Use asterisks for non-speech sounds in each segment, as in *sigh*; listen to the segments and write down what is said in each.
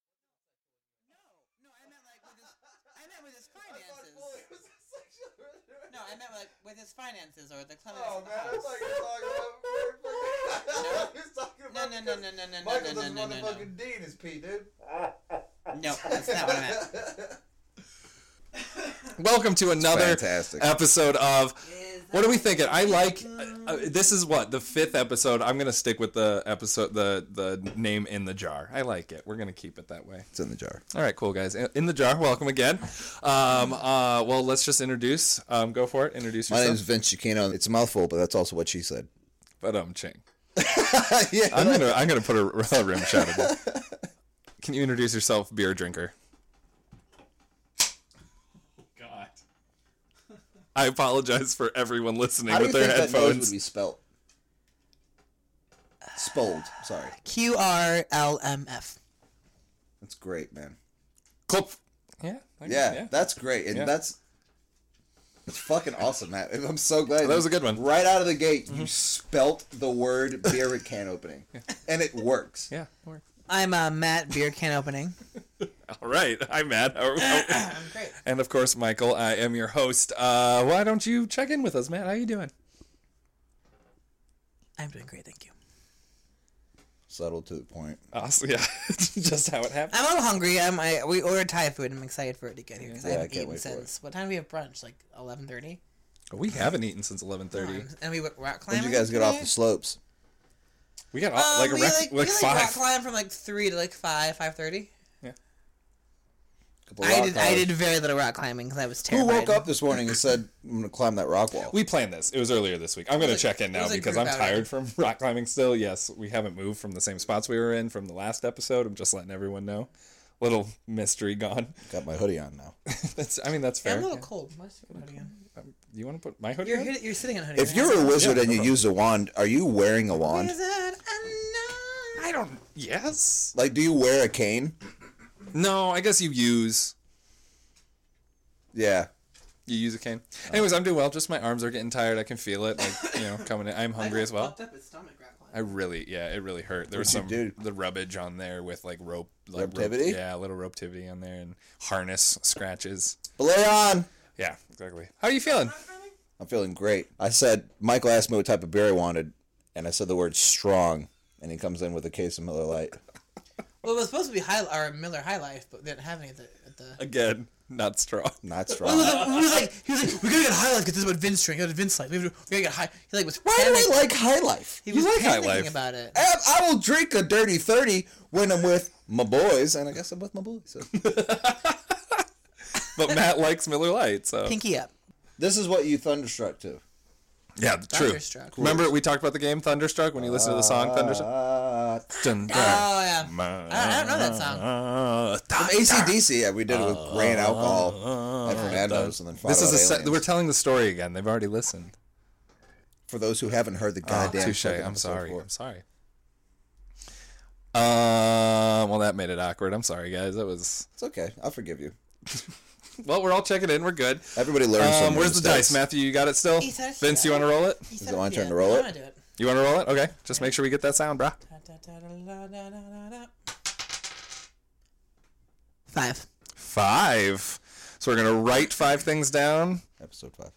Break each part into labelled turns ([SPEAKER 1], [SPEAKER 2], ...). [SPEAKER 1] *laughs*
[SPEAKER 2] I meant like with his finances or the cleanliness.
[SPEAKER 1] Oh
[SPEAKER 2] of the
[SPEAKER 1] man, I
[SPEAKER 2] house. *laughs*
[SPEAKER 3] *laughs*
[SPEAKER 1] thought you were talking about. I thought you were talking
[SPEAKER 2] No, no, no,
[SPEAKER 1] about because
[SPEAKER 2] no, no, no, no, no,
[SPEAKER 1] Michael doesn't
[SPEAKER 2] no,
[SPEAKER 1] want to
[SPEAKER 2] no, no.
[SPEAKER 1] fucking D in his pee, dude.
[SPEAKER 2] No, that's not what I meant.
[SPEAKER 4] Welcome to another
[SPEAKER 1] Fantastic.
[SPEAKER 4] episode of
[SPEAKER 2] *laughs* Is
[SPEAKER 4] What
[SPEAKER 2] that-
[SPEAKER 4] are we thinking? I like uh, uh, this is what the fifth episode. I'm gonna stick with the episode the the name in the jar. I like it. We're gonna keep it that way.
[SPEAKER 1] It's in the jar.
[SPEAKER 4] All right, cool guys. In in the jar. Welcome again. Um, uh, well, let's just introduce. Um, go for it. Introduce
[SPEAKER 1] My
[SPEAKER 4] yourself.
[SPEAKER 1] name's Vince Chicano. It's a mouthful, but that's also what she said. *laughs*
[SPEAKER 4] but um, ching.
[SPEAKER 1] yeah,
[SPEAKER 4] I'm gonna I'm gonna put a, *laughs* a rim shot in there.
[SPEAKER 1] *laughs*
[SPEAKER 4] Can you introduce yourself, beer drinker?
[SPEAKER 5] God.
[SPEAKER 4] I apologize for everyone listening
[SPEAKER 1] How do you
[SPEAKER 4] with their
[SPEAKER 1] think that nose
[SPEAKER 4] headphones.
[SPEAKER 1] would be spelled? Spold. Sorry,
[SPEAKER 2] Q R L M F.
[SPEAKER 1] that's great, man.
[SPEAKER 4] Klopf. Yeah. there you
[SPEAKER 1] Yeah,
[SPEAKER 4] go,
[SPEAKER 1] that's great, and
[SPEAKER 4] Yeah.
[SPEAKER 1] that's that's fucking awesome, Matt. I'm so glad
[SPEAKER 4] That was
[SPEAKER 1] you-
[SPEAKER 4] a good one. Mm-hmm.
[SPEAKER 1] Right out of the gate, you spelt the
[SPEAKER 4] *laughs*
[SPEAKER 1] word beer can opening, and it works.
[SPEAKER 4] Yeah. it worked.
[SPEAKER 2] I'm uh, Matt beer can opening.
[SPEAKER 4] All right. *laughs* Hi, Matt. How- how-
[SPEAKER 2] *laughs* I'm great.
[SPEAKER 4] and of course, Michael. I am your host. Uh, why don't you check in with us, Matt? How you doing?
[SPEAKER 2] I'm doing great, thank you.
[SPEAKER 1] Subtle to the point.
[SPEAKER 4] Awesome. Yeah. *laughs* Just how it happened.
[SPEAKER 2] I'm a little hungry. I'm, I we ordered Thai food. and I'm excited for it to get here because
[SPEAKER 1] Yeah,
[SPEAKER 2] I
[SPEAKER 1] I
[SPEAKER 2] haven't
[SPEAKER 1] can't
[SPEAKER 2] eaten
[SPEAKER 1] wait for it.
[SPEAKER 2] since. What time do we have brunch? Like 11:30.
[SPEAKER 4] We haven't eaten since eleven thirty.
[SPEAKER 2] Um, and we went rock
[SPEAKER 1] When
[SPEAKER 2] climbing.
[SPEAKER 1] did you guys get off
[SPEAKER 2] today?
[SPEAKER 1] the slopes?
[SPEAKER 4] We got
[SPEAKER 2] Um,
[SPEAKER 4] off like a
[SPEAKER 2] we
[SPEAKER 4] rec-
[SPEAKER 2] like,
[SPEAKER 4] like
[SPEAKER 2] we like rock
[SPEAKER 4] five.
[SPEAKER 2] climbed from like three to like five, five thirty.
[SPEAKER 1] Couple
[SPEAKER 2] I
[SPEAKER 1] rock
[SPEAKER 2] did. I
[SPEAKER 1] climbs.
[SPEAKER 2] did very little rock climbing because I was
[SPEAKER 1] Who
[SPEAKER 2] terrified.
[SPEAKER 1] woke up this morning and said, "I'm gonna climb that rock wall"?
[SPEAKER 4] We planned this. It was earlier this week. I'm going to
[SPEAKER 2] was a-
[SPEAKER 4] check in
[SPEAKER 2] it
[SPEAKER 4] now
[SPEAKER 2] was a
[SPEAKER 4] because
[SPEAKER 2] group
[SPEAKER 4] I'm
[SPEAKER 2] outing.
[SPEAKER 4] tired from *laughs* rock climbing still. Yes, we haven't moved from the same spots we were in from the last episode. I'm just letting everyone know. Little mystery gone. *laughs*
[SPEAKER 1] Got my hoodie on now.
[SPEAKER 4] That's. I mean, that's
[SPEAKER 2] Yeah, I'm
[SPEAKER 4] fair.
[SPEAKER 2] a little
[SPEAKER 4] Yeah.
[SPEAKER 2] cold. Why is your hoodie on?
[SPEAKER 4] Um, You want to put my hoodie
[SPEAKER 2] You're
[SPEAKER 4] on?
[SPEAKER 2] hid- you're sitting on hoodie.
[SPEAKER 1] If
[SPEAKER 2] right?
[SPEAKER 1] you're a wizard
[SPEAKER 4] Yeah,
[SPEAKER 1] and
[SPEAKER 4] no
[SPEAKER 1] you
[SPEAKER 4] problem.
[SPEAKER 1] use a wand, are you wearing a wand?
[SPEAKER 2] Is it a
[SPEAKER 4] I don't. Yes.
[SPEAKER 1] Like, do you wear a cane?
[SPEAKER 4] No. I guess you use.
[SPEAKER 1] Yeah.
[SPEAKER 4] You use a cane.
[SPEAKER 1] Oh.
[SPEAKER 4] Anyways, I'm doing well. Just my arms are getting tired. I can feel it, like you know, coming in. I'm hungry as well.
[SPEAKER 2] Fucked up his stomach rock climbing.
[SPEAKER 4] I really, yeah, it really hurt. There was some
[SPEAKER 1] What'd you do?
[SPEAKER 4] the rubbage on there with like rope, like rope-
[SPEAKER 1] Ropetivity?
[SPEAKER 4] yeah, a little rope tivity on there and harness scratches.
[SPEAKER 1] But lay on.
[SPEAKER 4] Yeah, exactly. How are you feeling?
[SPEAKER 1] I'm feeling great. I said, Michael asked me what type of beer I wanted, and I said the word strong, and he comes in with a case of Miller Lite.
[SPEAKER 2] Well, it was supposed to be high or Miller High Life, but they didn't have any at the. At the...
[SPEAKER 4] Again, not strong.
[SPEAKER 1] Not
[SPEAKER 2] He was,
[SPEAKER 1] strong.
[SPEAKER 2] like, *laughs* he was like, he was like, we gotta get High Life because this is what Vince drank. We gotta Vince Life. We gotta we gotta get High. He like was
[SPEAKER 1] Why do
[SPEAKER 2] panic-
[SPEAKER 1] we like High Life?
[SPEAKER 2] He was
[SPEAKER 4] like High
[SPEAKER 2] panicking
[SPEAKER 4] Life.
[SPEAKER 2] about it.
[SPEAKER 1] I, I will drink a dirty 30 when I'm with my boys, and I guess I'm with my boys. so.
[SPEAKER 4] But Matt likes Miller Lite, so
[SPEAKER 2] Pinky up.
[SPEAKER 1] this is what you thunderstruck to.
[SPEAKER 4] yeah, true.
[SPEAKER 2] Thunderstruck.
[SPEAKER 4] Remember we talked about the game Thunderstruck when you listened to the song Thunderstruck.
[SPEAKER 1] Uh,
[SPEAKER 2] Oh yeah. I don't know that
[SPEAKER 1] Uh-huh. from ACDC, yeah, we did it with grain alcohol and Fernando's, and then
[SPEAKER 4] Uh, This is a
[SPEAKER 1] Fado
[SPEAKER 4] se-
[SPEAKER 1] Aliens.
[SPEAKER 4] we're telling the story again. They've already listened.
[SPEAKER 1] for those who haven't heard the goddamn.
[SPEAKER 4] Oh, Ah, Touche.
[SPEAKER 1] fucking
[SPEAKER 4] I'm
[SPEAKER 1] episode
[SPEAKER 4] sorry.
[SPEAKER 1] before.
[SPEAKER 4] I'm sorry. Uh, well, that made it awkward. I'm sorry, guys. That was
[SPEAKER 1] It's okay. I'll forgive you.
[SPEAKER 4] well. We're all checking in. We're good.
[SPEAKER 1] Everybody learns. from
[SPEAKER 4] Um,
[SPEAKER 1] their
[SPEAKER 4] where's the dice,
[SPEAKER 1] mistakes.
[SPEAKER 4] Matthew? You got it still?
[SPEAKER 2] He said
[SPEAKER 4] Vince, you
[SPEAKER 2] yeah.
[SPEAKER 4] want to roll it?
[SPEAKER 2] He
[SPEAKER 1] Is it
[SPEAKER 2] said
[SPEAKER 1] my
[SPEAKER 2] yeah,
[SPEAKER 1] turn to roll
[SPEAKER 2] I'm
[SPEAKER 1] it?
[SPEAKER 2] gonna do it.
[SPEAKER 4] You want to roll it? Okay. Just make sure we get that sound, brah.
[SPEAKER 2] Five.
[SPEAKER 4] Five. So we're gonna write five things down,
[SPEAKER 1] Episode five.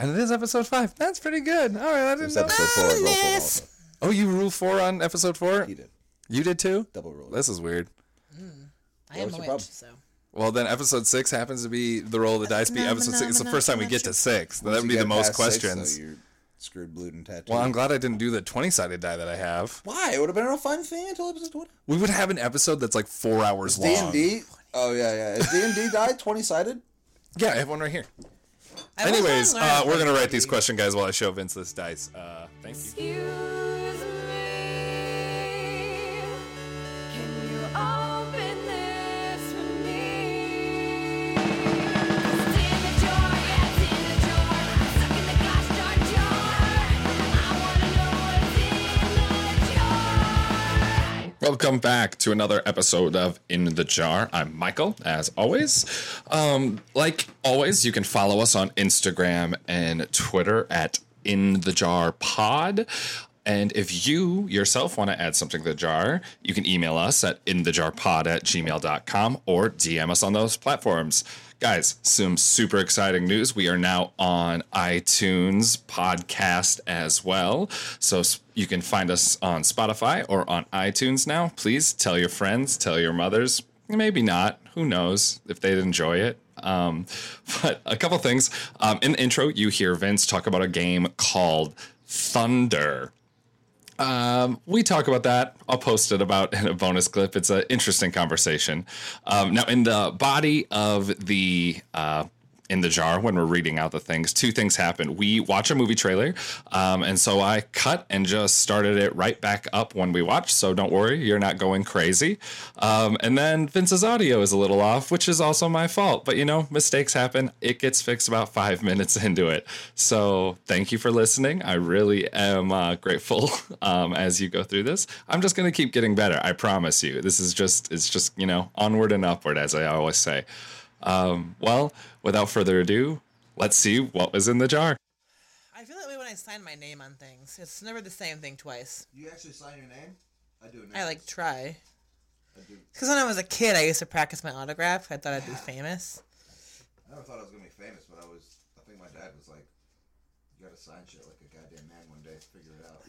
[SPEAKER 4] and it is episode five. That's pretty good. All right. I didn't
[SPEAKER 1] It's
[SPEAKER 4] know.
[SPEAKER 1] episode four. Roll call
[SPEAKER 2] Honest.
[SPEAKER 1] also.
[SPEAKER 4] Oh, you rule four on episode four.
[SPEAKER 1] He did
[SPEAKER 4] You did too.
[SPEAKER 1] double roll.
[SPEAKER 4] This is weird.
[SPEAKER 2] I am a
[SPEAKER 1] was your
[SPEAKER 2] witch,
[SPEAKER 1] problem?
[SPEAKER 2] so.
[SPEAKER 4] Well, then episode six happens to be the roll of the dice. Be episode six. It's the first time we get to six. That
[SPEAKER 1] Once
[SPEAKER 4] would
[SPEAKER 1] you
[SPEAKER 4] be
[SPEAKER 1] get
[SPEAKER 4] the most
[SPEAKER 1] past six, though,
[SPEAKER 4] questions.
[SPEAKER 1] you're screwed, blued, and tattooed.
[SPEAKER 4] Well, I'm glad I didn't do the twenty-sided die that I have.
[SPEAKER 1] Why? It would have been a fun thing until episode twenty.
[SPEAKER 4] We would have an episode that's like four hours
[SPEAKER 1] D
[SPEAKER 4] long.
[SPEAKER 1] and D. Oh yeah, yeah. Is D and D died twenty sided?
[SPEAKER 4] Yeah, I have one right here.
[SPEAKER 2] I was
[SPEAKER 4] Anyways,
[SPEAKER 2] gonna
[SPEAKER 4] uh,
[SPEAKER 2] learn
[SPEAKER 4] we're gonna write
[SPEAKER 2] something.
[SPEAKER 4] these question guys while I show Vince this dice. Uh, thank you.
[SPEAKER 6] Excuse me. Can you open this for me? It's in the jar, yeah, it's in the jar. I'm stuck in the gosh darn jar. I wanna know what's in that jar.
[SPEAKER 4] Welcome back to another episode of In the Jar. I'm Michael, as always. Um, like always, you can follow us on Instagram and Twitter at In the Jar Pod. And if you yourself want to add something to the jar, you can email us at inthejarpod at gmail.com or DM us on those platforms. Guys, some super exciting news. We are now on iTunes podcast as well. So s- you can find us on Spotify or on iTunes now. Please tell your friends, tell your mothers, maybe not. Who knows if they'd enjoy it. Um, *laughs* but a couple things. Um, in the intro, you hear Vince talk about a game called Thunder. Um, we talk about that. I'll post it about in a bonus clip. It's an interesting conversation. Um, now, in the body of the uh, in the jar, when we're reading out the things, two things happen. We watch a movie trailer, um, and so I cut and just started it right back up when we watched. So don't worry, you're not going crazy. Um, and then Vince's audio is a little off, which is also my fault. But you know, mistakes happen. It gets fixed about five *laughs* minutes into it. So thank you for listening. I really am uh, grateful *laughs* um, as you go through this. I'm just gonna keep getting better. I promise you. This is just it's just you know onward and upward, as I always say. Um, well, without further ado, let's see what was in the jar.
[SPEAKER 2] I feel that way when I sign my name on things. It's never the same thing twice.
[SPEAKER 1] You actually sign your name? I do it
[SPEAKER 2] I like try. Because when I was a kid, I used to practice my autograph. I thought I'd be famous.
[SPEAKER 1] I never thought I was gonna be famous, but I was. I think my dad was like, "You gotta sign shit like a goddamn man one day. Figure it out."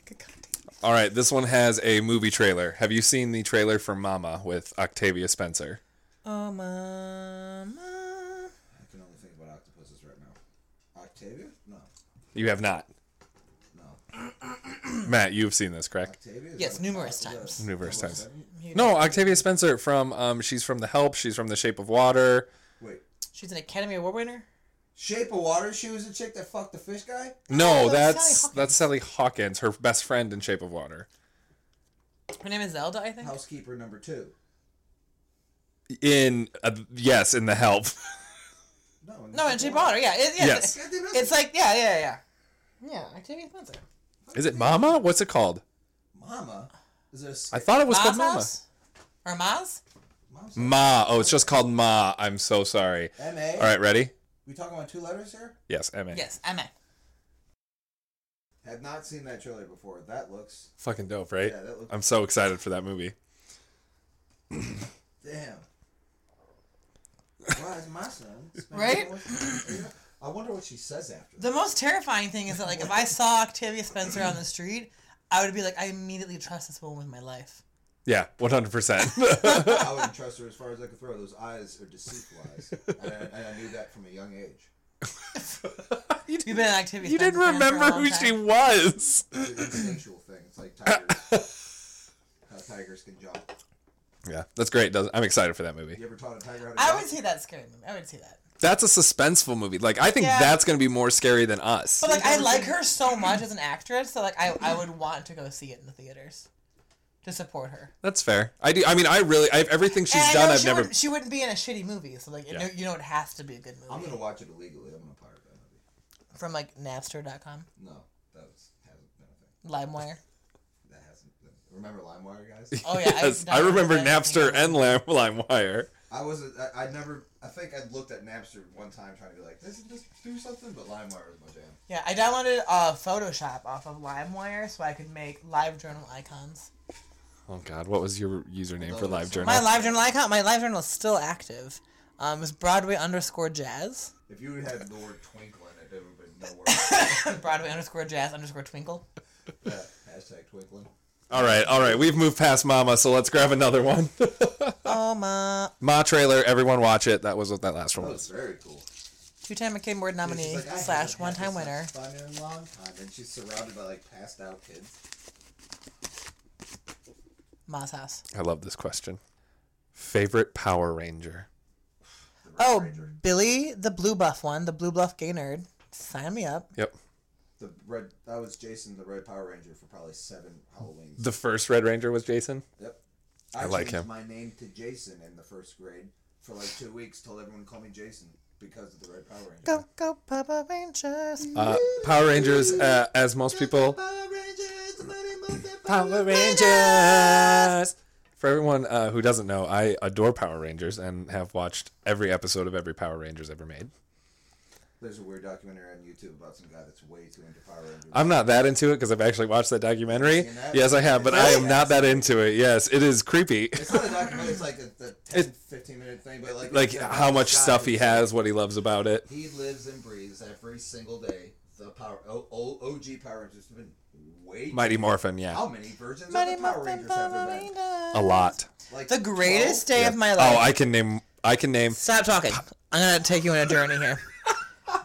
[SPEAKER 4] All right, this one has a movie trailer. Have you seen the trailer for Mama with Octavia Spencer?
[SPEAKER 2] Oh, mama.
[SPEAKER 1] I can only think about octopuses right now. Octavia? No,
[SPEAKER 4] You have not. *clears throat*
[SPEAKER 1] no.
[SPEAKER 4] Matt, you've seen this, correct?
[SPEAKER 1] Octavia. Is
[SPEAKER 2] Yes,
[SPEAKER 1] that what-
[SPEAKER 2] numerous
[SPEAKER 1] is that-
[SPEAKER 2] times.
[SPEAKER 4] Numerous
[SPEAKER 1] is that
[SPEAKER 4] times.
[SPEAKER 1] what I said?
[SPEAKER 4] No, Octavia Spencer from um, she's from The Help, she's from The Shape of Water.
[SPEAKER 1] Wait,
[SPEAKER 2] She's an Academy Award winner?
[SPEAKER 1] Shape of Water. She was a chick that fucked the fish guy.
[SPEAKER 4] No,
[SPEAKER 2] Oh,
[SPEAKER 4] that's
[SPEAKER 2] that's
[SPEAKER 4] that's Sally Hawkins, her best friend in Shape of Water.
[SPEAKER 2] Her name is Zelda, I think.
[SPEAKER 1] Housekeeper number two.
[SPEAKER 4] In uh, yes, in
[SPEAKER 1] *laughs*
[SPEAKER 4] The Help.
[SPEAKER 1] No.
[SPEAKER 2] No, and she bought her. Yeah, it, yeah
[SPEAKER 4] Yes.
[SPEAKER 2] it-
[SPEAKER 1] Goddamn it.
[SPEAKER 2] it's like yeah, yeah, yeah. Yeah, Octavia Spencer.
[SPEAKER 4] Is it Mama? What's it called?
[SPEAKER 1] Mama. Is there a
[SPEAKER 4] I
[SPEAKER 1] skit?
[SPEAKER 4] thought it was
[SPEAKER 2] Ma's
[SPEAKER 4] called Mama.
[SPEAKER 2] house? Or Ma's?
[SPEAKER 1] Mom's like,
[SPEAKER 4] Ma. Oh, it's just called Ma. I'm so sorry.
[SPEAKER 1] M A.
[SPEAKER 4] All right, ready?
[SPEAKER 1] We talking about two letters here?
[SPEAKER 4] Yes, M A.
[SPEAKER 2] Yes, Emma.
[SPEAKER 1] Have not seen that trailer before. That looks
[SPEAKER 4] Fucking dope, right?
[SPEAKER 1] Yeah, that looks-
[SPEAKER 4] I'm so excited for that movie.
[SPEAKER 1] damn. Why is my son?
[SPEAKER 2] Right?
[SPEAKER 1] I wonder what she says after.
[SPEAKER 2] The most terrifying thing is that like if I saw Octavia Spencer on the street, I would be like, I immediately trust this woman with my life.
[SPEAKER 4] Yeah, 100%.
[SPEAKER 1] that.
[SPEAKER 2] *laughs*
[SPEAKER 1] I wouldn't trust her as far as I could throw. Those eyes are deceitful eyes, and I, and I knew that from a young age.
[SPEAKER 2] You've been an Octavia
[SPEAKER 4] *laughs*
[SPEAKER 2] Spencer
[SPEAKER 4] you didn't
[SPEAKER 2] fan for a
[SPEAKER 4] remember
[SPEAKER 2] long
[SPEAKER 4] who
[SPEAKER 2] time.
[SPEAKER 4] she was.
[SPEAKER 1] It's an instinctual thing. It's like tigers.
[SPEAKER 2] *laughs*
[SPEAKER 1] How tigers can jump.
[SPEAKER 4] Yeah, that's great. doesn't- I'm excited for that movie.
[SPEAKER 1] You ever taught a tiger how to
[SPEAKER 2] I
[SPEAKER 1] jump?
[SPEAKER 2] would see that scary movie. I would see that.
[SPEAKER 4] That's a suspenseful movie. Like, I think
[SPEAKER 2] Yeah.
[SPEAKER 4] that's going to be more scary than us.
[SPEAKER 2] But like I like her so much as an actress, so like I, I would want to go see it in the theaters. To support her.
[SPEAKER 4] That's fair. I do. I mean, I really, I've everything she's
[SPEAKER 2] And I
[SPEAKER 4] done,
[SPEAKER 2] know
[SPEAKER 4] I've
[SPEAKER 2] she
[SPEAKER 4] never.
[SPEAKER 2] wouldn't, she wouldn't be in a shitty movie, so like it-
[SPEAKER 4] Yeah.
[SPEAKER 2] you know it has to be a good movie.
[SPEAKER 1] I'm gonna watch it illegally. I'm gonna pirate that movie.
[SPEAKER 2] From like Napster.com,
[SPEAKER 1] No, that was, hasn't been a thing.
[SPEAKER 4] *laughs*
[SPEAKER 2] LimeWire.
[SPEAKER 1] That hasn't been. Remember LimeWire, guys?
[SPEAKER 2] Oh yeah,
[SPEAKER 4] yes,
[SPEAKER 2] don't
[SPEAKER 4] I remember
[SPEAKER 2] that anything
[SPEAKER 4] Napster
[SPEAKER 2] else.
[SPEAKER 4] and Lime *laughs* LimeWire.
[SPEAKER 1] I wasn't. I, I never. I think I looked at Napster one time trying to be like, this just do something, but LimeWire was my jam.
[SPEAKER 2] Yeah, I downloaded uh, Photoshop off of LimeWire so I could make LiveJournal icons.
[SPEAKER 4] Oh, God. What was your username for
[SPEAKER 1] Oh, that's-
[SPEAKER 4] LiveJournal?
[SPEAKER 2] My LiveJournal icon, my LiveJournal is still active. Um, it was Broadway underscore jazz.
[SPEAKER 1] If you had the word twinkle in it, it would have been
[SPEAKER 4] *laughs*
[SPEAKER 1] nowhere.
[SPEAKER 2] Broadway underscore jazz underscore twinkle.
[SPEAKER 1] yeah, hashtag twinkling.
[SPEAKER 4] all right, all right. We've moved past Mama, so let's grab another one. *laughs*
[SPEAKER 2] Oh my.
[SPEAKER 4] Ma trailer. Everyone watch it. That was what that last one
[SPEAKER 1] That
[SPEAKER 4] was.
[SPEAKER 1] was very cool.
[SPEAKER 2] Two-time McCain Award nominee
[SPEAKER 1] She's like, "I
[SPEAKER 2] slash
[SPEAKER 1] haven't had
[SPEAKER 2] one-time
[SPEAKER 1] this
[SPEAKER 2] winner.
[SPEAKER 1] much Fun in a long time, and she's surrounded by like passed out kids.
[SPEAKER 2] Ma's house.
[SPEAKER 4] I love this question. Favorite Power Ranger?
[SPEAKER 1] The Red
[SPEAKER 2] Oh,
[SPEAKER 1] Ranger,
[SPEAKER 2] Billy the Blue Buff one, the Blue Bluff gay nerd. Sign me up.
[SPEAKER 4] Yep.
[SPEAKER 1] the red. That was Jason, the Red Power Ranger, for probably seven Halloweens.
[SPEAKER 4] The first Red Ranger was Jason?
[SPEAKER 1] Yep. I,
[SPEAKER 4] Hmm. like
[SPEAKER 1] changed
[SPEAKER 4] him.
[SPEAKER 1] my name to Jason in the first grade for like two weeks, told everyone to call me Jason because of the Red Power Ranger.
[SPEAKER 2] Go, go, Papa Rangers.
[SPEAKER 4] Uh, Power Rangers, uh, as most people. Power Rangers! For everyone uh, who doesn't know, I adore Power Rangers and have watched every episode of every Power Rangers ever made.
[SPEAKER 3] There's a weird documentary on YouTube about some guy that's way too into Power Rangers.
[SPEAKER 4] I'm not that into it because I've actually watched that documentary.
[SPEAKER 3] seen that?
[SPEAKER 4] Yes, I have, but I am
[SPEAKER 3] Really?
[SPEAKER 4] not that into it. Yes, it is
[SPEAKER 3] *laughs*
[SPEAKER 4] creepy.
[SPEAKER 3] it's not a documentary. It's like a, the 10,
[SPEAKER 4] It-
[SPEAKER 3] 15 minute thing, but like
[SPEAKER 4] *laughs* Like
[SPEAKER 3] it's about
[SPEAKER 4] how
[SPEAKER 3] this
[SPEAKER 4] much
[SPEAKER 3] guy
[SPEAKER 4] stuff he
[SPEAKER 3] who's-
[SPEAKER 4] has, what he loves about it.
[SPEAKER 3] He lives and breathes every single day. The power o, o, OG Power Rangers have been way.
[SPEAKER 4] Mighty Morphin, yeah,
[SPEAKER 3] How many versions
[SPEAKER 2] Mighty
[SPEAKER 3] of the Power
[SPEAKER 2] Morphin
[SPEAKER 3] Rangers have there been?
[SPEAKER 2] Power
[SPEAKER 4] a lot.
[SPEAKER 3] Like
[SPEAKER 2] The greatest
[SPEAKER 3] 12?
[SPEAKER 2] day of my life.
[SPEAKER 4] Oh, I can name. I can name.
[SPEAKER 2] Stop talking. I'm gonna take you on a journey here.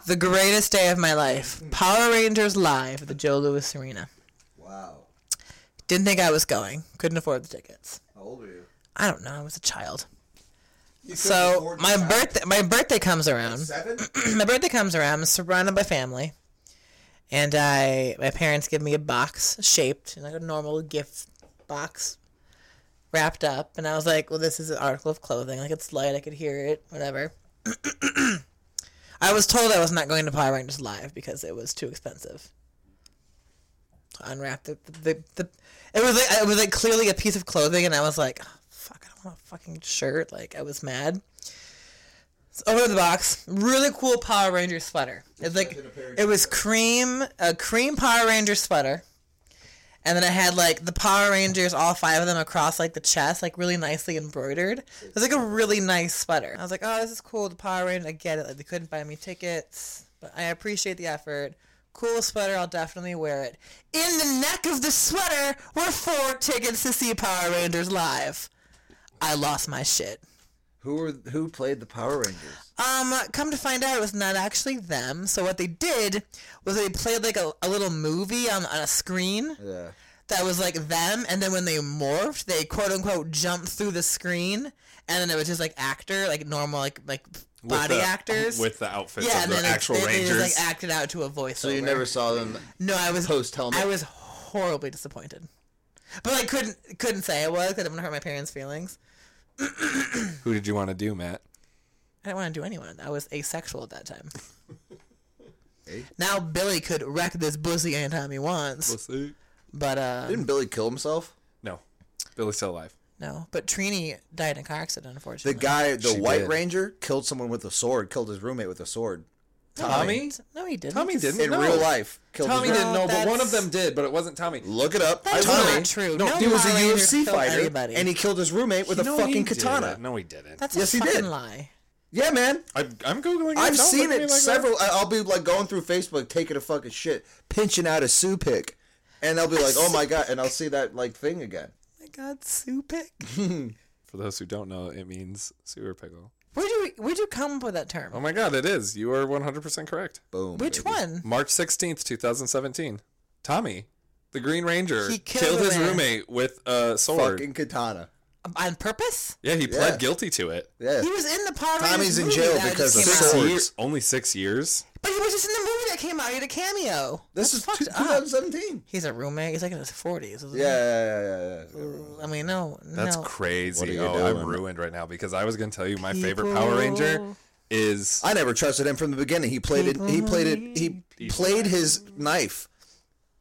[SPEAKER 2] the greatest day of my life. Power Rangers Live at the Joe Louis Arena.
[SPEAKER 3] Wow.
[SPEAKER 2] Didn't think I was going. Couldn't afford the tickets.
[SPEAKER 3] How old are you?
[SPEAKER 2] I don't know. I was a child.
[SPEAKER 3] You couldn't
[SPEAKER 2] So
[SPEAKER 3] afford
[SPEAKER 2] my
[SPEAKER 3] to have
[SPEAKER 2] birthday, my birthday comes around.
[SPEAKER 3] Seven?
[SPEAKER 2] *clears throat* my birthday comes around. I'm surrounded by family, and I my parents give me a box shaped like a normal gift box, wrapped up. And I was like, "Well, this is an article of clothing. Like it's light. I could hear it. Whatever." *clears throat* I was told I was not going to Power Rangers live because it was too expensive. To unwrap the the, the, the it was like it was like clearly a piece of clothing, and I was like, "Oh, "Fuck, I don't want a fucking shirt." Like I was mad. So over the box, really cool Power Ranger sweater. It's like it was cream, a cream Power Ranger sweater, and then it had like the Power Rangers, all five of them across like the chest, like really nicely embroidered. It was like a really nice sweater. I was like, oh, this is cool. The Power Ranger, I get it. Like they couldn't buy me tickets, but I appreciate the effort. Cool sweater, I'll definitely wear it. In the neck of the sweater were four tickets to see Power Rangers live. I lost my shit.
[SPEAKER 3] Who were who played the Power Rangers?
[SPEAKER 2] Um, come to find out, it was not actually them. So what they did was they played like a, a little movie on, on a screen
[SPEAKER 3] Yeah.
[SPEAKER 2] that was like them, and then when they morphed, they quote unquote jumped through the screen, and then it was just like actor, like normal, like like body
[SPEAKER 4] the-
[SPEAKER 2] actors.
[SPEAKER 4] with the outfits
[SPEAKER 2] yeah,
[SPEAKER 4] of
[SPEAKER 2] and
[SPEAKER 4] the
[SPEAKER 2] then
[SPEAKER 4] actual
[SPEAKER 2] they, they
[SPEAKER 4] Rangers.
[SPEAKER 2] just like acted out to a voiceover.
[SPEAKER 1] So you never saw them
[SPEAKER 2] No, I was
[SPEAKER 1] post helmet.
[SPEAKER 2] I was horribly disappointed, but I couldn't couldn't say I was. 'cause I didn't want to hurt my parents' feelings.
[SPEAKER 4] Who did you want to do, Matt?
[SPEAKER 2] I didn't want to do anyone. I was asexual at that time. now Billy could wreck this pussy anytime he wants, but uh,
[SPEAKER 1] Didn't Billy kill himself?
[SPEAKER 4] No, Billy's still alive.
[SPEAKER 2] no. But Trini died in a car accident,
[SPEAKER 1] The
[SPEAKER 2] unfortunately.
[SPEAKER 1] guy, the
[SPEAKER 4] She
[SPEAKER 1] White
[SPEAKER 4] did.
[SPEAKER 1] Ranger, killed someone with a sword. Killed his roommate with a sword.
[SPEAKER 4] Tommy?
[SPEAKER 2] No, he didn't.
[SPEAKER 4] Tommy didn't.
[SPEAKER 1] In
[SPEAKER 4] no.
[SPEAKER 1] real life, killed
[SPEAKER 4] Tommy
[SPEAKER 1] his roommate.
[SPEAKER 4] didn't know, but one of
[SPEAKER 2] that's-
[SPEAKER 4] them did, but it wasn't Tommy.
[SPEAKER 1] Look it up.
[SPEAKER 2] That is
[SPEAKER 1] Tommy.
[SPEAKER 2] not true.
[SPEAKER 4] No,
[SPEAKER 2] No,
[SPEAKER 1] He was a
[SPEAKER 2] Power Rangers
[SPEAKER 1] UFC
[SPEAKER 2] killed
[SPEAKER 1] fighter,
[SPEAKER 2] anybody.
[SPEAKER 1] and he killed his roommate with a
[SPEAKER 4] No, he
[SPEAKER 1] fucking
[SPEAKER 4] didn't.
[SPEAKER 1] katana.
[SPEAKER 4] No, he didn't.
[SPEAKER 2] That's a
[SPEAKER 1] Yes, he
[SPEAKER 2] fucking
[SPEAKER 1] did.
[SPEAKER 2] lie.
[SPEAKER 1] Yeah, man.
[SPEAKER 4] I'm, I'm googling. it.
[SPEAKER 1] I've
[SPEAKER 4] Don't
[SPEAKER 1] seen
[SPEAKER 4] look at me
[SPEAKER 1] it
[SPEAKER 4] like that.
[SPEAKER 1] several. I I'll be like going through Facebook, taking a fucking shit, pinching out a Sue pick, and I'll be like, "Oh my god!" And I'll see that like thing again.
[SPEAKER 2] Oh my God, Supic.
[SPEAKER 4] For those who don't know, it means sewer pickle.
[SPEAKER 2] Where'd you where'd you come up with that term?
[SPEAKER 4] Oh my god, it is. You are 100% correct.
[SPEAKER 1] Boom.
[SPEAKER 2] Which
[SPEAKER 1] baby.
[SPEAKER 2] one?
[SPEAKER 4] March 16th, 2017. Tommy, the Green Ranger,
[SPEAKER 2] He
[SPEAKER 4] killed,
[SPEAKER 2] killed a
[SPEAKER 4] his
[SPEAKER 2] man.
[SPEAKER 4] roommate with a sword.
[SPEAKER 1] Fucking katana.
[SPEAKER 2] On purpose?
[SPEAKER 4] yeah, he pled
[SPEAKER 1] Yeah.
[SPEAKER 4] guilty to it.
[SPEAKER 1] Yeah.
[SPEAKER 2] He was in the Power Rangers
[SPEAKER 1] Tommy's in
[SPEAKER 2] movie
[SPEAKER 1] jail
[SPEAKER 2] that
[SPEAKER 1] because
[SPEAKER 2] just
[SPEAKER 1] of
[SPEAKER 2] came
[SPEAKER 1] sex.
[SPEAKER 2] out.
[SPEAKER 1] Swords.
[SPEAKER 4] Year- only six years.
[SPEAKER 2] But he was just in the movie that came out. He had a cameo.
[SPEAKER 1] This
[SPEAKER 2] That's
[SPEAKER 1] is
[SPEAKER 2] fucked
[SPEAKER 1] two-
[SPEAKER 2] up.
[SPEAKER 1] 2017.
[SPEAKER 2] He's a roommate. He's like in his forties.
[SPEAKER 1] Yeah, yeah, yeah, yeah, yeah.
[SPEAKER 2] I mean, no,
[SPEAKER 4] That's
[SPEAKER 2] no.
[SPEAKER 1] What are
[SPEAKER 4] crazy.
[SPEAKER 1] you
[SPEAKER 4] Oh, I'm
[SPEAKER 1] doing?
[SPEAKER 4] ruined right now because I was going to tell you my favorite Power Ranger is.
[SPEAKER 1] I never trusted him from the beginning. He played it. He played it. He played his knife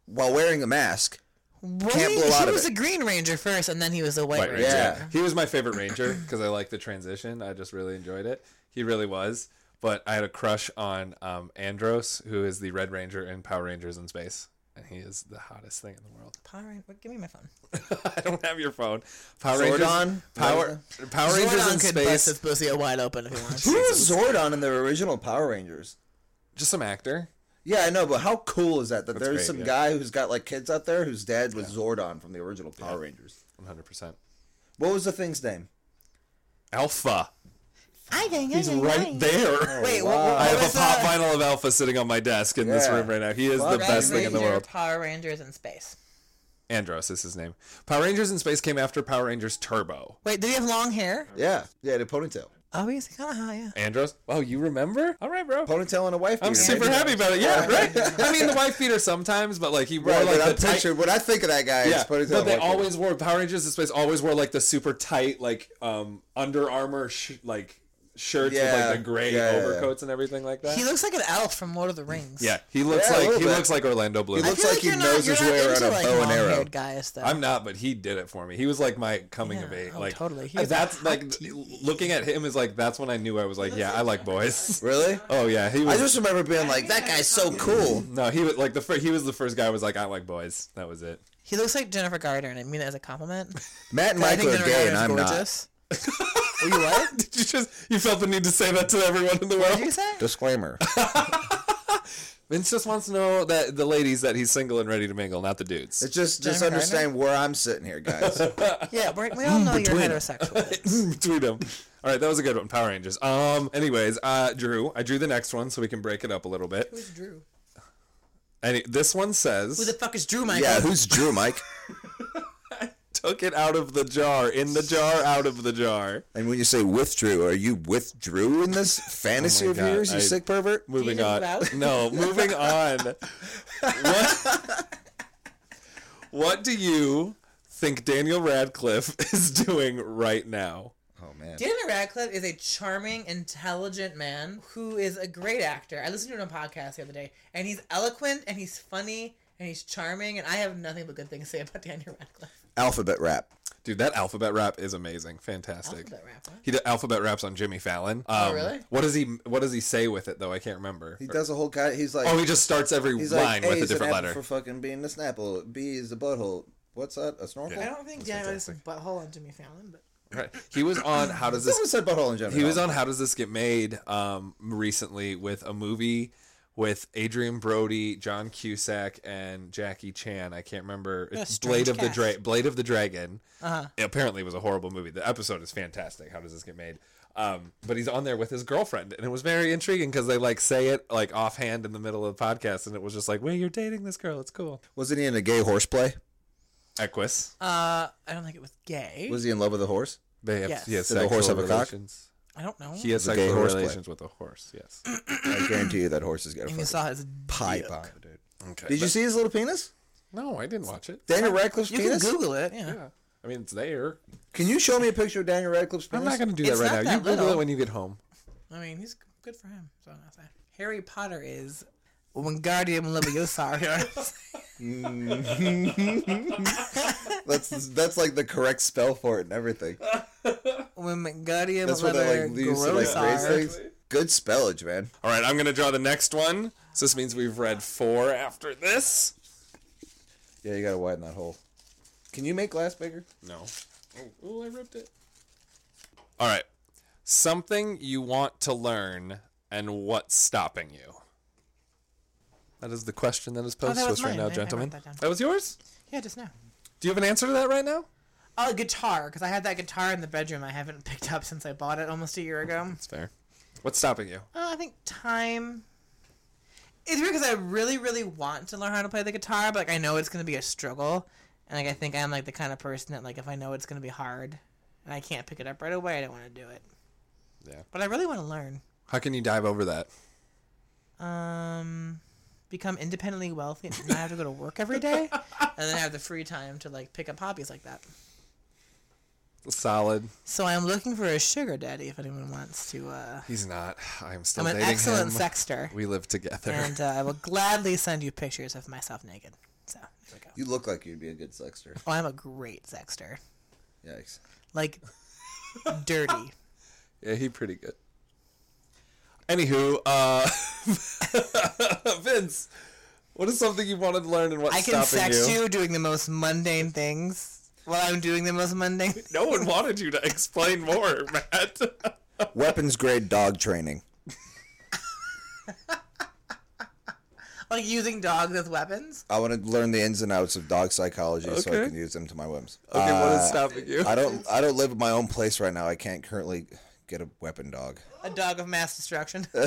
[SPEAKER 1] while wearing a mask.
[SPEAKER 2] Well,
[SPEAKER 1] Can't
[SPEAKER 2] he,
[SPEAKER 1] blow
[SPEAKER 2] he
[SPEAKER 1] out of
[SPEAKER 2] was
[SPEAKER 1] it.
[SPEAKER 2] a Green Ranger first, and then he was a White
[SPEAKER 4] White
[SPEAKER 2] Ranger.
[SPEAKER 4] Ranger.
[SPEAKER 1] Yeah.
[SPEAKER 4] He was my favorite Ranger because I liked the transition. I just really enjoyed it. He really was. But I had a crush on um, Andros, who is the Red Ranger in Power Rangers in Space. And he is the hottest thing in the world. *laughs*
[SPEAKER 2] Power Ranger. Give me my phone.
[SPEAKER 4] I don't have your phone. Power Rangers.
[SPEAKER 1] Zordon?
[SPEAKER 4] Power Power Rangers in
[SPEAKER 2] Zordon could bust his
[SPEAKER 4] Space.
[SPEAKER 2] pussy wide open if he *laughs* wants.
[SPEAKER 1] Who was Zordon in the original Power Rangers?
[SPEAKER 4] Just some actor.
[SPEAKER 1] Yeah, I know, but how cool is that? That there's
[SPEAKER 4] great,
[SPEAKER 1] some
[SPEAKER 4] yeah.
[SPEAKER 1] guy who's got like kids out there whose dad was Zordon from the original Power Rangers.
[SPEAKER 4] 100%.
[SPEAKER 1] What was the thing's name?
[SPEAKER 4] Alpha.
[SPEAKER 2] I can
[SPEAKER 4] He's right there.
[SPEAKER 2] Wait, what, what,
[SPEAKER 4] *laughs* I have
[SPEAKER 2] was
[SPEAKER 4] a pop
[SPEAKER 2] the-
[SPEAKER 4] vinyl of Alpha sitting on my desk in this
[SPEAKER 1] Yeah.
[SPEAKER 4] room right now. He is the
[SPEAKER 1] Fuck.
[SPEAKER 2] Red
[SPEAKER 4] best thing in the
[SPEAKER 2] Ranger,
[SPEAKER 4] world.
[SPEAKER 2] Power Rangers in space.
[SPEAKER 4] Andros is his name. Power Rangers in Space came after Power Rangers Turbo.
[SPEAKER 2] Wait, did he have long hair?
[SPEAKER 1] Yeah, yeah, the ponytail,
[SPEAKER 2] Oh, he's kind of high. Yeah.
[SPEAKER 4] Andros? Oh, you remember? All right, bro.
[SPEAKER 1] ponytail and a wife.
[SPEAKER 4] I'm
[SPEAKER 1] beater,
[SPEAKER 4] super
[SPEAKER 1] baby.
[SPEAKER 4] happy about it. Yeah, right. I mean, the white feeder sometimes, but like he wore
[SPEAKER 1] Right, but
[SPEAKER 4] like the
[SPEAKER 1] I'm
[SPEAKER 4] tight.
[SPEAKER 1] picturing when I think of that guy.
[SPEAKER 4] yeah,
[SPEAKER 1] it's ponytail.
[SPEAKER 4] no,
[SPEAKER 1] and
[SPEAKER 4] they
[SPEAKER 1] wife beater.
[SPEAKER 4] always wore Power Rangers in space. Always wore like the super tight, like um Under Armour, sh- like shirts with
[SPEAKER 1] Yeah,
[SPEAKER 4] like the gray
[SPEAKER 1] yeah, yeah, yeah.
[SPEAKER 4] overcoats and everything like that.
[SPEAKER 2] He looks like an elf from Lord of the Rings.
[SPEAKER 4] yeah, he looks
[SPEAKER 1] Yeah, a
[SPEAKER 4] like he
[SPEAKER 1] little bit.
[SPEAKER 4] looks like Orlando Bloom.
[SPEAKER 2] I
[SPEAKER 1] looks
[SPEAKER 2] feel
[SPEAKER 1] like he knows
[SPEAKER 2] you're
[SPEAKER 1] his way
[SPEAKER 2] into,
[SPEAKER 1] around a bow and arrow.
[SPEAKER 2] long-haired Guys, though.
[SPEAKER 4] I'm not, but he did it for me. He was like my coming of
[SPEAKER 2] Yeah,
[SPEAKER 4] age.
[SPEAKER 2] oh,
[SPEAKER 4] Like
[SPEAKER 2] totally. He
[SPEAKER 4] I-
[SPEAKER 2] was a
[SPEAKER 4] that's like looking at him is like that's when I knew I was like, yeah, I like boys.
[SPEAKER 1] Really?
[SPEAKER 4] Oh yeah, he was.
[SPEAKER 1] I just remember being like, that guy's so cool.
[SPEAKER 4] no, he was like the first. He was the first guy. who Was like, I like boys. That was it. *laughs*
[SPEAKER 2] He looks like Jennifer Garner, and I mean it as a compliment.
[SPEAKER 1] Matt and
[SPEAKER 2] I
[SPEAKER 1] Michael
[SPEAKER 2] think
[SPEAKER 1] are
[SPEAKER 2] Jennifer
[SPEAKER 1] gay, and
[SPEAKER 2] Garner's
[SPEAKER 1] I'm not.
[SPEAKER 2] gorgeous. Were you what?
[SPEAKER 4] Did you just you felt the need to say that to everyone in the
[SPEAKER 2] What did you
[SPEAKER 4] world?
[SPEAKER 2] say?
[SPEAKER 1] *laughs* Disclaimer.
[SPEAKER 4] Vince just wants to know that the ladies that he's single and ready to mingle, not the *laughs* dudes.
[SPEAKER 1] It's just just
[SPEAKER 2] Jennifer Garner?
[SPEAKER 1] understand where I'm sitting
[SPEAKER 2] *laughs*
[SPEAKER 1] here, guys.
[SPEAKER 2] Yeah, we're, we all know you're heterosexual.
[SPEAKER 4] Between them. All right, that was a good one. Power Rangers. Um. Anyways, uh, Drew, I drew the next one so we can break it up a little bit.
[SPEAKER 2] Who's Drew?
[SPEAKER 4] And it- this one says
[SPEAKER 2] Who the fuck is Drew, Michael?
[SPEAKER 1] yeah, who's Drew, Mike?
[SPEAKER 4] took it out of the jar, in the jar, out of the jar.
[SPEAKER 1] And when you say withdrew, are you withdrew in this fantasy
[SPEAKER 4] Oh my
[SPEAKER 1] of
[SPEAKER 4] God,
[SPEAKER 1] yours, you
[SPEAKER 4] I-
[SPEAKER 1] sick pervert?
[SPEAKER 4] Moving
[SPEAKER 2] know
[SPEAKER 4] on.
[SPEAKER 2] about?
[SPEAKER 4] No, moving
[SPEAKER 1] *laughs*
[SPEAKER 4] on. What? What do you think Daniel Radcliffe *laughs* is doing right now?
[SPEAKER 1] Oh man.
[SPEAKER 2] Daniel Radcliffe is a charming, intelligent man who is a great actor. I listened to it on a podcast the other day, and he's eloquent, and he's funny, and he's charming, and I have nothing but good things to say about *laughs* Daniel Radcliffe.
[SPEAKER 1] Alphabet rap.
[SPEAKER 4] Dude, that alphabet rap is amazing. Fantastic.
[SPEAKER 2] Alphabet rap, huh?
[SPEAKER 4] He did alphabet raps on Jimmy Fallon. Um,
[SPEAKER 2] Oh, really?
[SPEAKER 4] What does he What does he say with it though? I can't remember.
[SPEAKER 1] He does a whole guy. He's like,
[SPEAKER 4] oh, he just starts every
[SPEAKER 1] he's
[SPEAKER 4] line
[SPEAKER 1] like, A
[SPEAKER 4] with a
[SPEAKER 1] is an
[SPEAKER 4] different
[SPEAKER 1] apple
[SPEAKER 4] letter.
[SPEAKER 1] for fucking being a snapple. B is a butthole. What's that? A snorkel?
[SPEAKER 2] I don't think Daniel Radcliffe's a butthole on Jimmy Fallin, but
[SPEAKER 4] Right. He was on How does this
[SPEAKER 1] Someone said butthole in general.
[SPEAKER 4] He was on How Does This Get Made um, recently with a movie with Adrian Brody, John Cusack, and Jackie Chan. I can't remember. It's
[SPEAKER 2] strange
[SPEAKER 4] Blade of the
[SPEAKER 2] cast.
[SPEAKER 4] Dra- Blade of the Dragon. Uh-huh. apparently, it was a horrible movie. The episode is fantastic. How does this get made? Um, but he's on there with his girlfriend, and it was very intriguing because they like say it like offhand in the middle of the podcast, and it was just like, "Wait, you're dating this girl? It's cool."
[SPEAKER 1] Wasn't he in a gay horseplay?
[SPEAKER 4] Equus,
[SPEAKER 2] uh, I don't think it was gay.
[SPEAKER 1] Was he in love with a horse?
[SPEAKER 4] they have,
[SPEAKER 2] Yes.
[SPEAKER 4] he has
[SPEAKER 1] Did the
[SPEAKER 4] sexual
[SPEAKER 1] horse have a cock?
[SPEAKER 4] relations.
[SPEAKER 2] I don't know.
[SPEAKER 4] He has
[SPEAKER 1] It's a gay
[SPEAKER 4] sexual
[SPEAKER 1] horseplay.
[SPEAKER 4] relations with a horse.
[SPEAKER 2] *clears throat*
[SPEAKER 4] Yes.
[SPEAKER 1] I guarantee you that horse is got a
[SPEAKER 2] and you
[SPEAKER 1] fucking
[SPEAKER 2] saw his
[SPEAKER 1] pipe
[SPEAKER 2] dick.
[SPEAKER 1] on it, dude.
[SPEAKER 4] Okay.
[SPEAKER 1] Did you see his little penis?
[SPEAKER 4] No, I didn't watch it.
[SPEAKER 1] Daniel Radcliffe's
[SPEAKER 2] You
[SPEAKER 1] penis?
[SPEAKER 2] can Google it. Yeah.
[SPEAKER 4] Yeah. I mean, it's there.
[SPEAKER 1] Can you show me a picture of Daniel Radcliffe's penis?
[SPEAKER 4] I'm not going to do
[SPEAKER 2] It's
[SPEAKER 4] that
[SPEAKER 2] not
[SPEAKER 4] right now.
[SPEAKER 2] that
[SPEAKER 4] you Google
[SPEAKER 2] little.
[SPEAKER 4] it when you get home.
[SPEAKER 2] I mean, he's good for him. So I'm not saying. Harry Potter is Wingardium
[SPEAKER 1] *laughs*
[SPEAKER 2] Leviosa.
[SPEAKER 1] That's that's like the correct spell for it
[SPEAKER 2] *laughs*
[SPEAKER 1] and everything.
[SPEAKER 2] Wingardium
[SPEAKER 1] That's what they like use to like raise
[SPEAKER 2] Leviosa.
[SPEAKER 1] things. Good spellage, man.
[SPEAKER 4] All right, I'm going to draw the next one. So this means we've read four after this.
[SPEAKER 1] Yeah, you gotta widen that hole. Can you make glass bigger?
[SPEAKER 4] No. Oh, ooh, I ripped it. All right. Something you want to learn and what's stopping you? That is the question that is posed
[SPEAKER 2] Oh, that
[SPEAKER 4] to
[SPEAKER 2] was
[SPEAKER 4] us right
[SPEAKER 2] mine. I- I
[SPEAKER 4] now,
[SPEAKER 2] wrote
[SPEAKER 4] gentlemen.
[SPEAKER 2] that down.
[SPEAKER 4] was yours?
[SPEAKER 2] Yeah, just now.
[SPEAKER 4] Do you have an answer to that right now?
[SPEAKER 2] Oh, guitar, because I had that guitar in the bedroom I haven't picked up since I bought it almost a year ago.
[SPEAKER 4] It's fair. What's stopping you?
[SPEAKER 2] Uh, I think time. It's weird because I really, really want to learn how to play the guitar, but like I know it's gonna be a struggle, and like I think I'm like the kind of person that like if I know it's gonna be hard, and I can't pick it up right away, I don't want to do it.
[SPEAKER 4] Yeah.
[SPEAKER 2] But I really want to learn.
[SPEAKER 4] How can you dive over that?
[SPEAKER 2] Um, become independently wealthy and not have to go to work every
[SPEAKER 4] *laughs*
[SPEAKER 2] day, and then have the free time to like pick up hobbies like that.
[SPEAKER 4] Solid.
[SPEAKER 2] So I'm looking for a sugar daddy if anyone wants to. uh
[SPEAKER 4] He's not. I'm still
[SPEAKER 2] I'm an
[SPEAKER 4] dating
[SPEAKER 2] excellent
[SPEAKER 4] him.
[SPEAKER 2] sexter.
[SPEAKER 4] We live together.
[SPEAKER 2] and uh, I will gladly send you pictures of myself naked. So there we go.
[SPEAKER 1] You look like you'd be a good sexter.
[SPEAKER 2] Oh, I'm a great sexter,
[SPEAKER 1] Yikes.
[SPEAKER 2] *laughs* like dirty.
[SPEAKER 4] Yeah, he pretty good. Anywho, uh, *laughs* Vince, what is something you wanted to learn and what's
[SPEAKER 2] I can
[SPEAKER 4] stopping
[SPEAKER 2] sex
[SPEAKER 4] you?
[SPEAKER 2] you doing the most mundane things while I'm doing the most mundane. *laughs* things.
[SPEAKER 4] No one wanted you to explain more, *laughs* Matt.
[SPEAKER 1] Weapons grade dog training.
[SPEAKER 2] like using dogs as weapons.
[SPEAKER 1] I want to learn the ins and outs of dog psychology so I
[SPEAKER 4] Okay.
[SPEAKER 1] can use them to my whims.
[SPEAKER 4] okay, what is
[SPEAKER 1] Uh,
[SPEAKER 4] stopping you?
[SPEAKER 1] I don't I don't live in my own place right now. I can't currently get a weapon dog.
[SPEAKER 2] A dog of mass *laughs* destruction. *laughs* a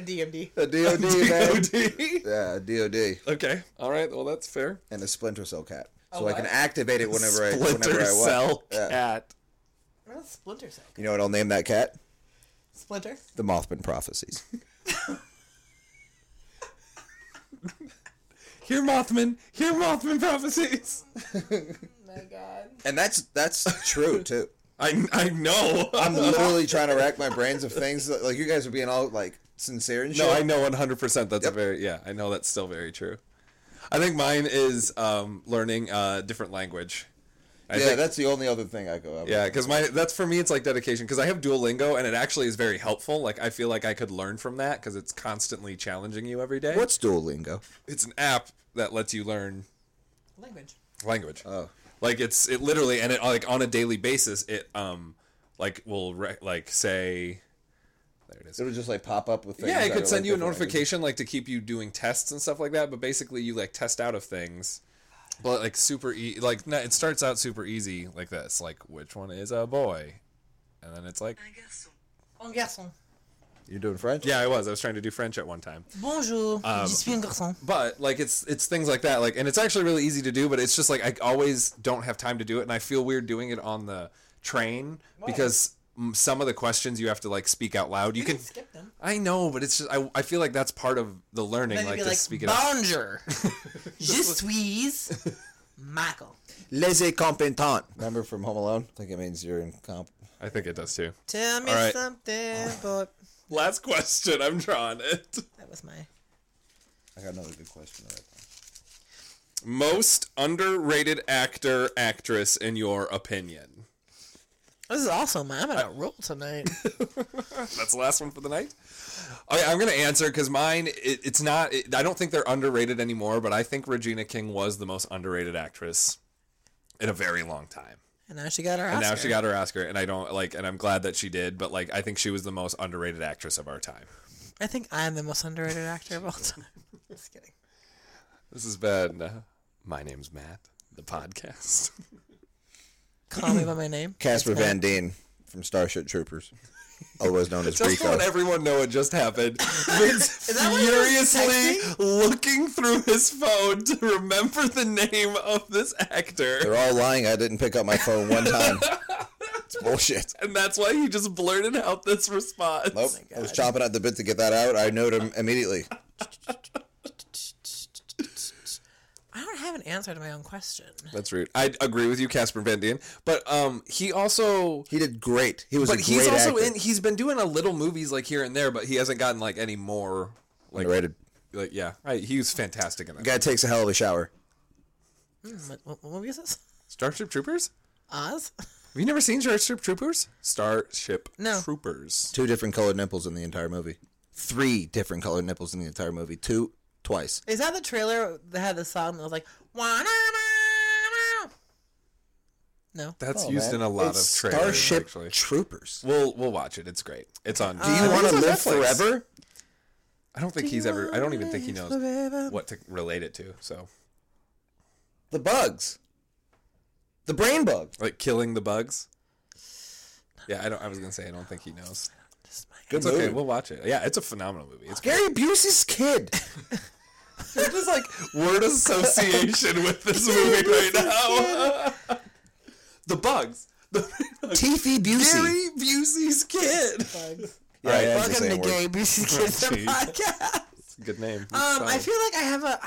[SPEAKER 2] DMD.
[SPEAKER 1] *laughs* A DOD, man.
[SPEAKER 4] *laughs* DOD?
[SPEAKER 1] Yeah, a DOD.
[SPEAKER 4] okay. All right. Well, that's fair.
[SPEAKER 1] And a splinter cell cat. So I can activate it whenever I whenever
[SPEAKER 4] Splinter
[SPEAKER 1] I want.
[SPEAKER 4] cell
[SPEAKER 1] Yeah.
[SPEAKER 4] cat.
[SPEAKER 2] What is Splinter Cell?
[SPEAKER 1] You know what I'll name that cat?
[SPEAKER 2] Splinter.
[SPEAKER 1] The Mothman
[SPEAKER 4] *laughs*
[SPEAKER 1] Prophecies.
[SPEAKER 4] Hear Mothman. *laughs* Hear Mothman prophecies.
[SPEAKER 2] my God.
[SPEAKER 1] And that's that's true too.
[SPEAKER 7] I I know.
[SPEAKER 1] I'm literally trying to rack my brains of things that, like you guys are being all like sincere and shit.
[SPEAKER 4] No, I know 100%. That's a very, yeah, I know that's still very true. I think mine is um, learning a different language. I
[SPEAKER 1] yeah,
[SPEAKER 4] think-
[SPEAKER 1] that's the only other thing I go. Up
[SPEAKER 4] yeah, because my that's for me it's like dedication because I have Duolingo and it actually is very helpful. Like I feel like I could learn from that because it's constantly challenging you every day.
[SPEAKER 1] What's Duolingo?
[SPEAKER 4] It's an app that lets you learn
[SPEAKER 2] Language.
[SPEAKER 4] language. Oh, like it's it literally and it like on a daily basis it um like will re- like say there it is.
[SPEAKER 1] It'll just like pop up with things.
[SPEAKER 4] Yeah, it
[SPEAKER 1] that are,
[SPEAKER 4] could send
[SPEAKER 1] like,
[SPEAKER 4] you a
[SPEAKER 1] different languages.
[SPEAKER 4] notification like to keep you doing tests and stuff like that. But basically, you like test out of things, but like super e- like no, it starts out super easy like this, like which one is a boy, and then it's like
[SPEAKER 2] Un garçon.
[SPEAKER 1] You're doing French.
[SPEAKER 4] yeah, I was I was trying to do French at one time,
[SPEAKER 2] Bonjour. Je suis un garçon.
[SPEAKER 4] but like it's it's things like that like and it's actually really easy to do, but it's just like I always don't have time to do it, and I feel weird doing it on the train because mm, some of the questions you have to like speak out loud. You, can.
[SPEAKER 2] Skip them.
[SPEAKER 4] I know, but it's just I, I feel like that's part of the learning,
[SPEAKER 2] Then
[SPEAKER 4] like
[SPEAKER 2] you'd
[SPEAKER 4] to
[SPEAKER 2] be like,
[SPEAKER 4] speak it out.
[SPEAKER 2] Bonjour. Je suis Michael.
[SPEAKER 1] Les incompetents. Remember from Home Alone? I think it means you're incomp.
[SPEAKER 4] I think it does too.
[SPEAKER 2] Tell me
[SPEAKER 4] All right.
[SPEAKER 2] something, but
[SPEAKER 4] Last question. I'm drawing it.
[SPEAKER 2] that was my.
[SPEAKER 1] I got another good question. That I
[SPEAKER 4] Most underrated actor, actress, in your opinion.
[SPEAKER 2] This is awesome, man. I'm on a roll tonight.
[SPEAKER 4] That's the last one for the night. Okay, I'm gonna answer because mine. It, it's not. It, I don't think they're underrated anymore, but I think Regina King was the most underrated actress in a very long time.
[SPEAKER 2] And now she got her.
[SPEAKER 4] And now she got her Oscar, and I don't like. And I'm glad that she did, but like, I think she was the most underrated actress of our time.
[SPEAKER 2] I think I'm the most underrated actor of all time. Just kidding.
[SPEAKER 4] This has been. Uh, my name's Matt. The podcast. *laughs*
[SPEAKER 2] Call me by my name.
[SPEAKER 1] Casper Van Dien from Starship Troopers, otherwise
[SPEAKER 4] *laughs*
[SPEAKER 1] known as
[SPEAKER 4] Just to
[SPEAKER 1] Rico.
[SPEAKER 4] let everyone know what just happened. *laughs* Vince
[SPEAKER 2] that what he was
[SPEAKER 4] furiously looking through his phone to remember the name of this actor.
[SPEAKER 1] They're all lying. I didn't pick up my phone one
[SPEAKER 4] *laughs*
[SPEAKER 1] time. it's bullshit.
[SPEAKER 4] And that's why he just blurted out this response.
[SPEAKER 1] Nope. I was chopping at the bit to get that out. I noted him immediately.
[SPEAKER 2] I don't have an answer to my own question.
[SPEAKER 4] That's rude. I agree with you, Casper Van Dien. But um he also
[SPEAKER 1] He did great. He was
[SPEAKER 4] But
[SPEAKER 1] a great
[SPEAKER 4] he's also
[SPEAKER 1] actor.
[SPEAKER 4] in he's been doing a little movies like here and there, but he hasn't gotten like any more like
[SPEAKER 1] Underrated.
[SPEAKER 4] like yeah. I, he was fantastic in that.
[SPEAKER 1] Guy takes a hell of a shower.
[SPEAKER 2] Hmm, What, what movie is this?
[SPEAKER 4] Starship Troopers?
[SPEAKER 2] Oz?
[SPEAKER 4] Have you never seen Starship Troopers? Starship
[SPEAKER 2] No.
[SPEAKER 4] Troopers.
[SPEAKER 1] Two different colored nipples in the entire movie. Three different colored nipples in the entire movie. Two twice.
[SPEAKER 2] Is that the trailer that had the song that was like? "Wa-na-na-na-na"? No.
[SPEAKER 4] That's used in a lot
[SPEAKER 1] Oh, It's
[SPEAKER 4] of trailers.
[SPEAKER 1] Starship
[SPEAKER 4] actually.
[SPEAKER 1] Troopers.
[SPEAKER 4] We'll we'll watch it. It's great. It's on.
[SPEAKER 1] Do you
[SPEAKER 4] I think
[SPEAKER 1] want
[SPEAKER 4] it's
[SPEAKER 1] to
[SPEAKER 4] on
[SPEAKER 1] live
[SPEAKER 4] Netflix.
[SPEAKER 1] forever?
[SPEAKER 4] I don't think he's ever. I don't even think he knows what to relate it to. So
[SPEAKER 1] The bugs. The brain bug.
[SPEAKER 4] like killing the bugs. Yeah, I don't. I was gonna say I don't think he knows.
[SPEAKER 2] *laughs*
[SPEAKER 1] Good
[SPEAKER 4] It's
[SPEAKER 1] movie.
[SPEAKER 4] okay. We'll watch it. Yeah, it's a phenomenal movie. It's
[SPEAKER 1] Gary Busey's
[SPEAKER 4] *laughs*
[SPEAKER 1] kid.
[SPEAKER 4] just like *laughs* word association with this *laughs* movie right now. *laughs* the bugs. *laughs* The E
[SPEAKER 1] Teefy Busey.
[SPEAKER 4] Gary Busey's kid.
[SPEAKER 1] Yeah,
[SPEAKER 4] All right,
[SPEAKER 1] that's the
[SPEAKER 2] Welcome
[SPEAKER 1] same
[SPEAKER 2] to
[SPEAKER 1] word.
[SPEAKER 2] Gay BC Kids
[SPEAKER 4] Jeez.
[SPEAKER 2] podcast.
[SPEAKER 4] Good name.
[SPEAKER 2] Um, I feel like I have a.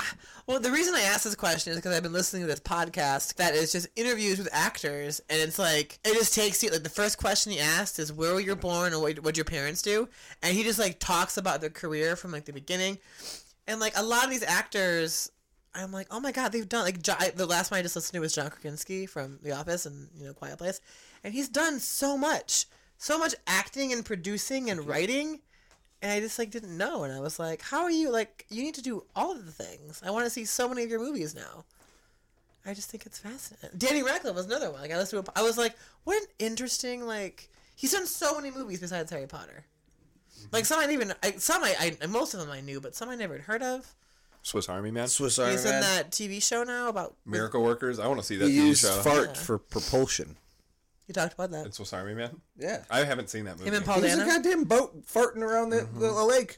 [SPEAKER 2] Well, the reason I asked this question is because I've been listening to this podcast that is just interviews with actors, and it's like it just takes you like the first question he asked is where were you born or what what your parents do, and he just like talks about their career from like the beginning, and like a lot of these actors. I'm like, oh my god, they've done like jo- I- the last one I just listened to was John Krasinski from The Office and you know Quiet Place, and he's done so much, so much acting and producing and writing and I just like didn't know, and I was like, "How are you? Like, you need to do all of the things. I want to see so many of your movies now." I just think it's fascinating. Danny Radcliffe was another one. Like, I listened to, a, I was like, "What an interesting like." He's done so many movies besides Harry Potter.
[SPEAKER 4] Mm-hmm.
[SPEAKER 2] Like some I didn't even I, some I, I most of them I knew, but some I never had heard of.
[SPEAKER 4] Swiss Army Man,
[SPEAKER 1] Swiss Army
[SPEAKER 2] He's in
[SPEAKER 1] Man.
[SPEAKER 2] that TV show now about
[SPEAKER 4] Miracle Workers. I want to see that
[SPEAKER 1] He
[SPEAKER 4] TV
[SPEAKER 1] used
[SPEAKER 4] show.
[SPEAKER 1] fart for propulsion.
[SPEAKER 2] you talked about that.
[SPEAKER 4] And Swiss Army Man.
[SPEAKER 1] Yeah.
[SPEAKER 4] I haven't seen that movie.
[SPEAKER 2] Him and Paul
[SPEAKER 1] He was a
[SPEAKER 2] Dano.
[SPEAKER 1] goddamn boat farting around the, the,
[SPEAKER 4] Mm-hmm.
[SPEAKER 1] the lake.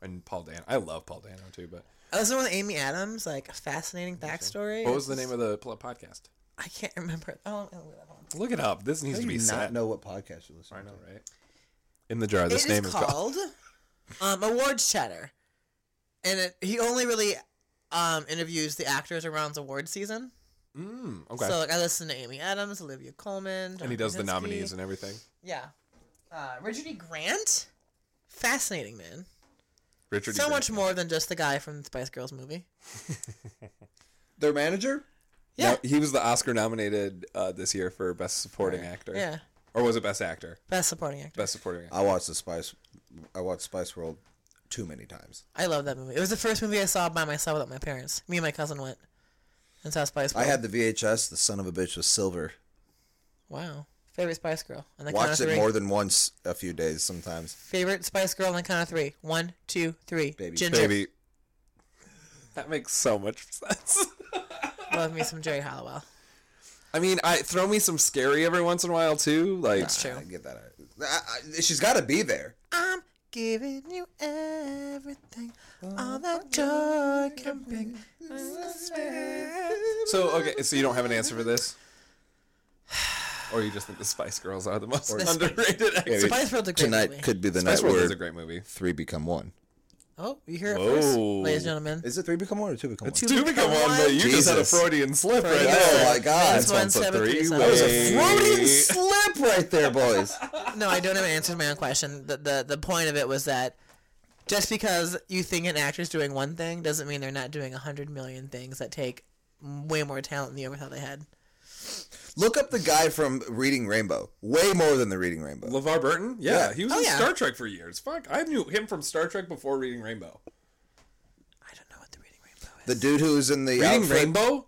[SPEAKER 4] and Paul Dano. I love Paul Dano too, but
[SPEAKER 2] I listened with Amy Adams, like fascinating backstory.
[SPEAKER 4] what was the name of the pl- podcast?
[SPEAKER 2] I can't remember. Oh, I'll look it up.
[SPEAKER 4] Look it up. This needs to be set.
[SPEAKER 1] know what podcast you listen
[SPEAKER 4] I know, right? In the jar. This
[SPEAKER 2] It is
[SPEAKER 4] name is called.
[SPEAKER 2] called um, awards chatter, and it, he only really um, interviews the actors around the award season.
[SPEAKER 4] Okay.
[SPEAKER 2] So like I listen to Amy Adams, Olivia Coleman,
[SPEAKER 4] and he does the nominees and everything.
[SPEAKER 2] yeah, uh, Richard E. Grant, fascinating man.
[SPEAKER 4] Richard. E.
[SPEAKER 2] so
[SPEAKER 4] Grant.
[SPEAKER 2] much more than just the guy from the Spice Girls movie.
[SPEAKER 8] Their manager?
[SPEAKER 2] Yeah,
[SPEAKER 4] No, he was the Oscar nominated uh, this year for Best Supporting Actor.
[SPEAKER 2] yeah.
[SPEAKER 4] Or was it Best Actor?
[SPEAKER 2] Best supporting actor.
[SPEAKER 4] Best Supporting Actor.
[SPEAKER 1] I watched the Spice. I watched Spice World too many times.
[SPEAKER 2] I love that movie. It was the first movie I saw by myself without my parents. Me and my cousin went and saw Spice Girl.
[SPEAKER 1] I had the VHS. The son of a bitch was silver.
[SPEAKER 2] wow favorite Spice Girl on the count of
[SPEAKER 1] Watched
[SPEAKER 2] three.
[SPEAKER 1] it more than once a few days sometimes.
[SPEAKER 2] favorite Spice Girl on the count of three. One, two, three.
[SPEAKER 1] Baby.
[SPEAKER 2] Ginger.
[SPEAKER 4] Baby. That makes so much sense. *laughs*
[SPEAKER 2] Love me some Jerry Halliwell.
[SPEAKER 4] I mean, I throw me some scary every once in a while too. Like
[SPEAKER 2] That's true.
[SPEAKER 1] Get that out. I, I, she's got to be there.
[SPEAKER 2] I'm giving you everything,
[SPEAKER 4] Oh,
[SPEAKER 2] all that joy can bring.
[SPEAKER 4] So okay, so you don't have an answer for this, or you just think the Spice Girls are the most
[SPEAKER 2] The Spice-
[SPEAKER 4] underrated actor?
[SPEAKER 2] Spice World's a great
[SPEAKER 1] Tonight
[SPEAKER 2] movie.
[SPEAKER 1] could be the
[SPEAKER 4] Spice
[SPEAKER 1] night
[SPEAKER 4] World
[SPEAKER 1] where
[SPEAKER 4] is a great movie.
[SPEAKER 1] three become one.
[SPEAKER 2] Oh, you hear it
[SPEAKER 4] Whoa.
[SPEAKER 2] first, ladies and gentlemen.
[SPEAKER 1] Is it three become one or two become one?
[SPEAKER 4] Do become one, but you just had a
[SPEAKER 1] Jesus.
[SPEAKER 4] Freudian slip right
[SPEAKER 2] Freudian
[SPEAKER 4] there.
[SPEAKER 1] Oh my god!
[SPEAKER 2] That's one,
[SPEAKER 4] one's a
[SPEAKER 2] seven, three,
[SPEAKER 4] three
[SPEAKER 2] seven.
[SPEAKER 4] way.
[SPEAKER 1] That was a
[SPEAKER 4] Hey.
[SPEAKER 1] Freudian slip right there, boys.
[SPEAKER 2] *laughs* No, I don't have an answer to my own question. The, the The point of it was that just because you think an actor's doing one thing doesn't mean they're not doing a hundred million things that take way more talent than you ever thought they had.
[SPEAKER 1] *laughs* Look up the guy from Reading Rainbow. Way more than the Reading Rainbow.
[SPEAKER 4] LeVar Burton? Yeah,
[SPEAKER 1] Yeah.
[SPEAKER 4] he was
[SPEAKER 2] Oh,
[SPEAKER 4] in
[SPEAKER 2] yeah.
[SPEAKER 4] Star Trek for years. Fuck, I knew him from Star Trek before reading Rainbow.
[SPEAKER 2] I don't know what the reading rainbow is.
[SPEAKER 1] the dude who's in the
[SPEAKER 4] Reading
[SPEAKER 1] outfit-
[SPEAKER 4] Rainbow?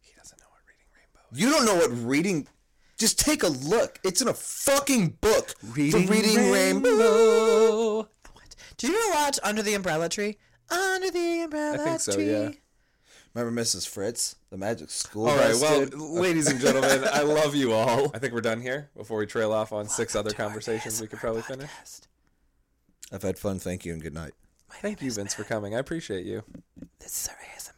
[SPEAKER 4] He doesn't know what Reading Rainbow is.
[SPEAKER 1] You don't know what reading. Just take a look. It's in a fucking book.
[SPEAKER 4] Reading
[SPEAKER 1] the Reading Rainbow.
[SPEAKER 2] What? Did you ever watch Under the Umbrella Tree? Under the umbrella
[SPEAKER 4] I think so,
[SPEAKER 2] tree.
[SPEAKER 4] yeah.
[SPEAKER 1] Remember Mrs. Fritz, the Magic School?
[SPEAKER 4] All right,
[SPEAKER 1] Bus
[SPEAKER 4] well,
[SPEAKER 1] dude?
[SPEAKER 4] ladies and gentlemen, I love you all. I think we're done here before we trail off on six other conversations we could probably finish.
[SPEAKER 1] I've had fun. Thank you and good night.
[SPEAKER 4] Thank you, Vince, for coming. I appreciate you.
[SPEAKER 2] This is our ASMR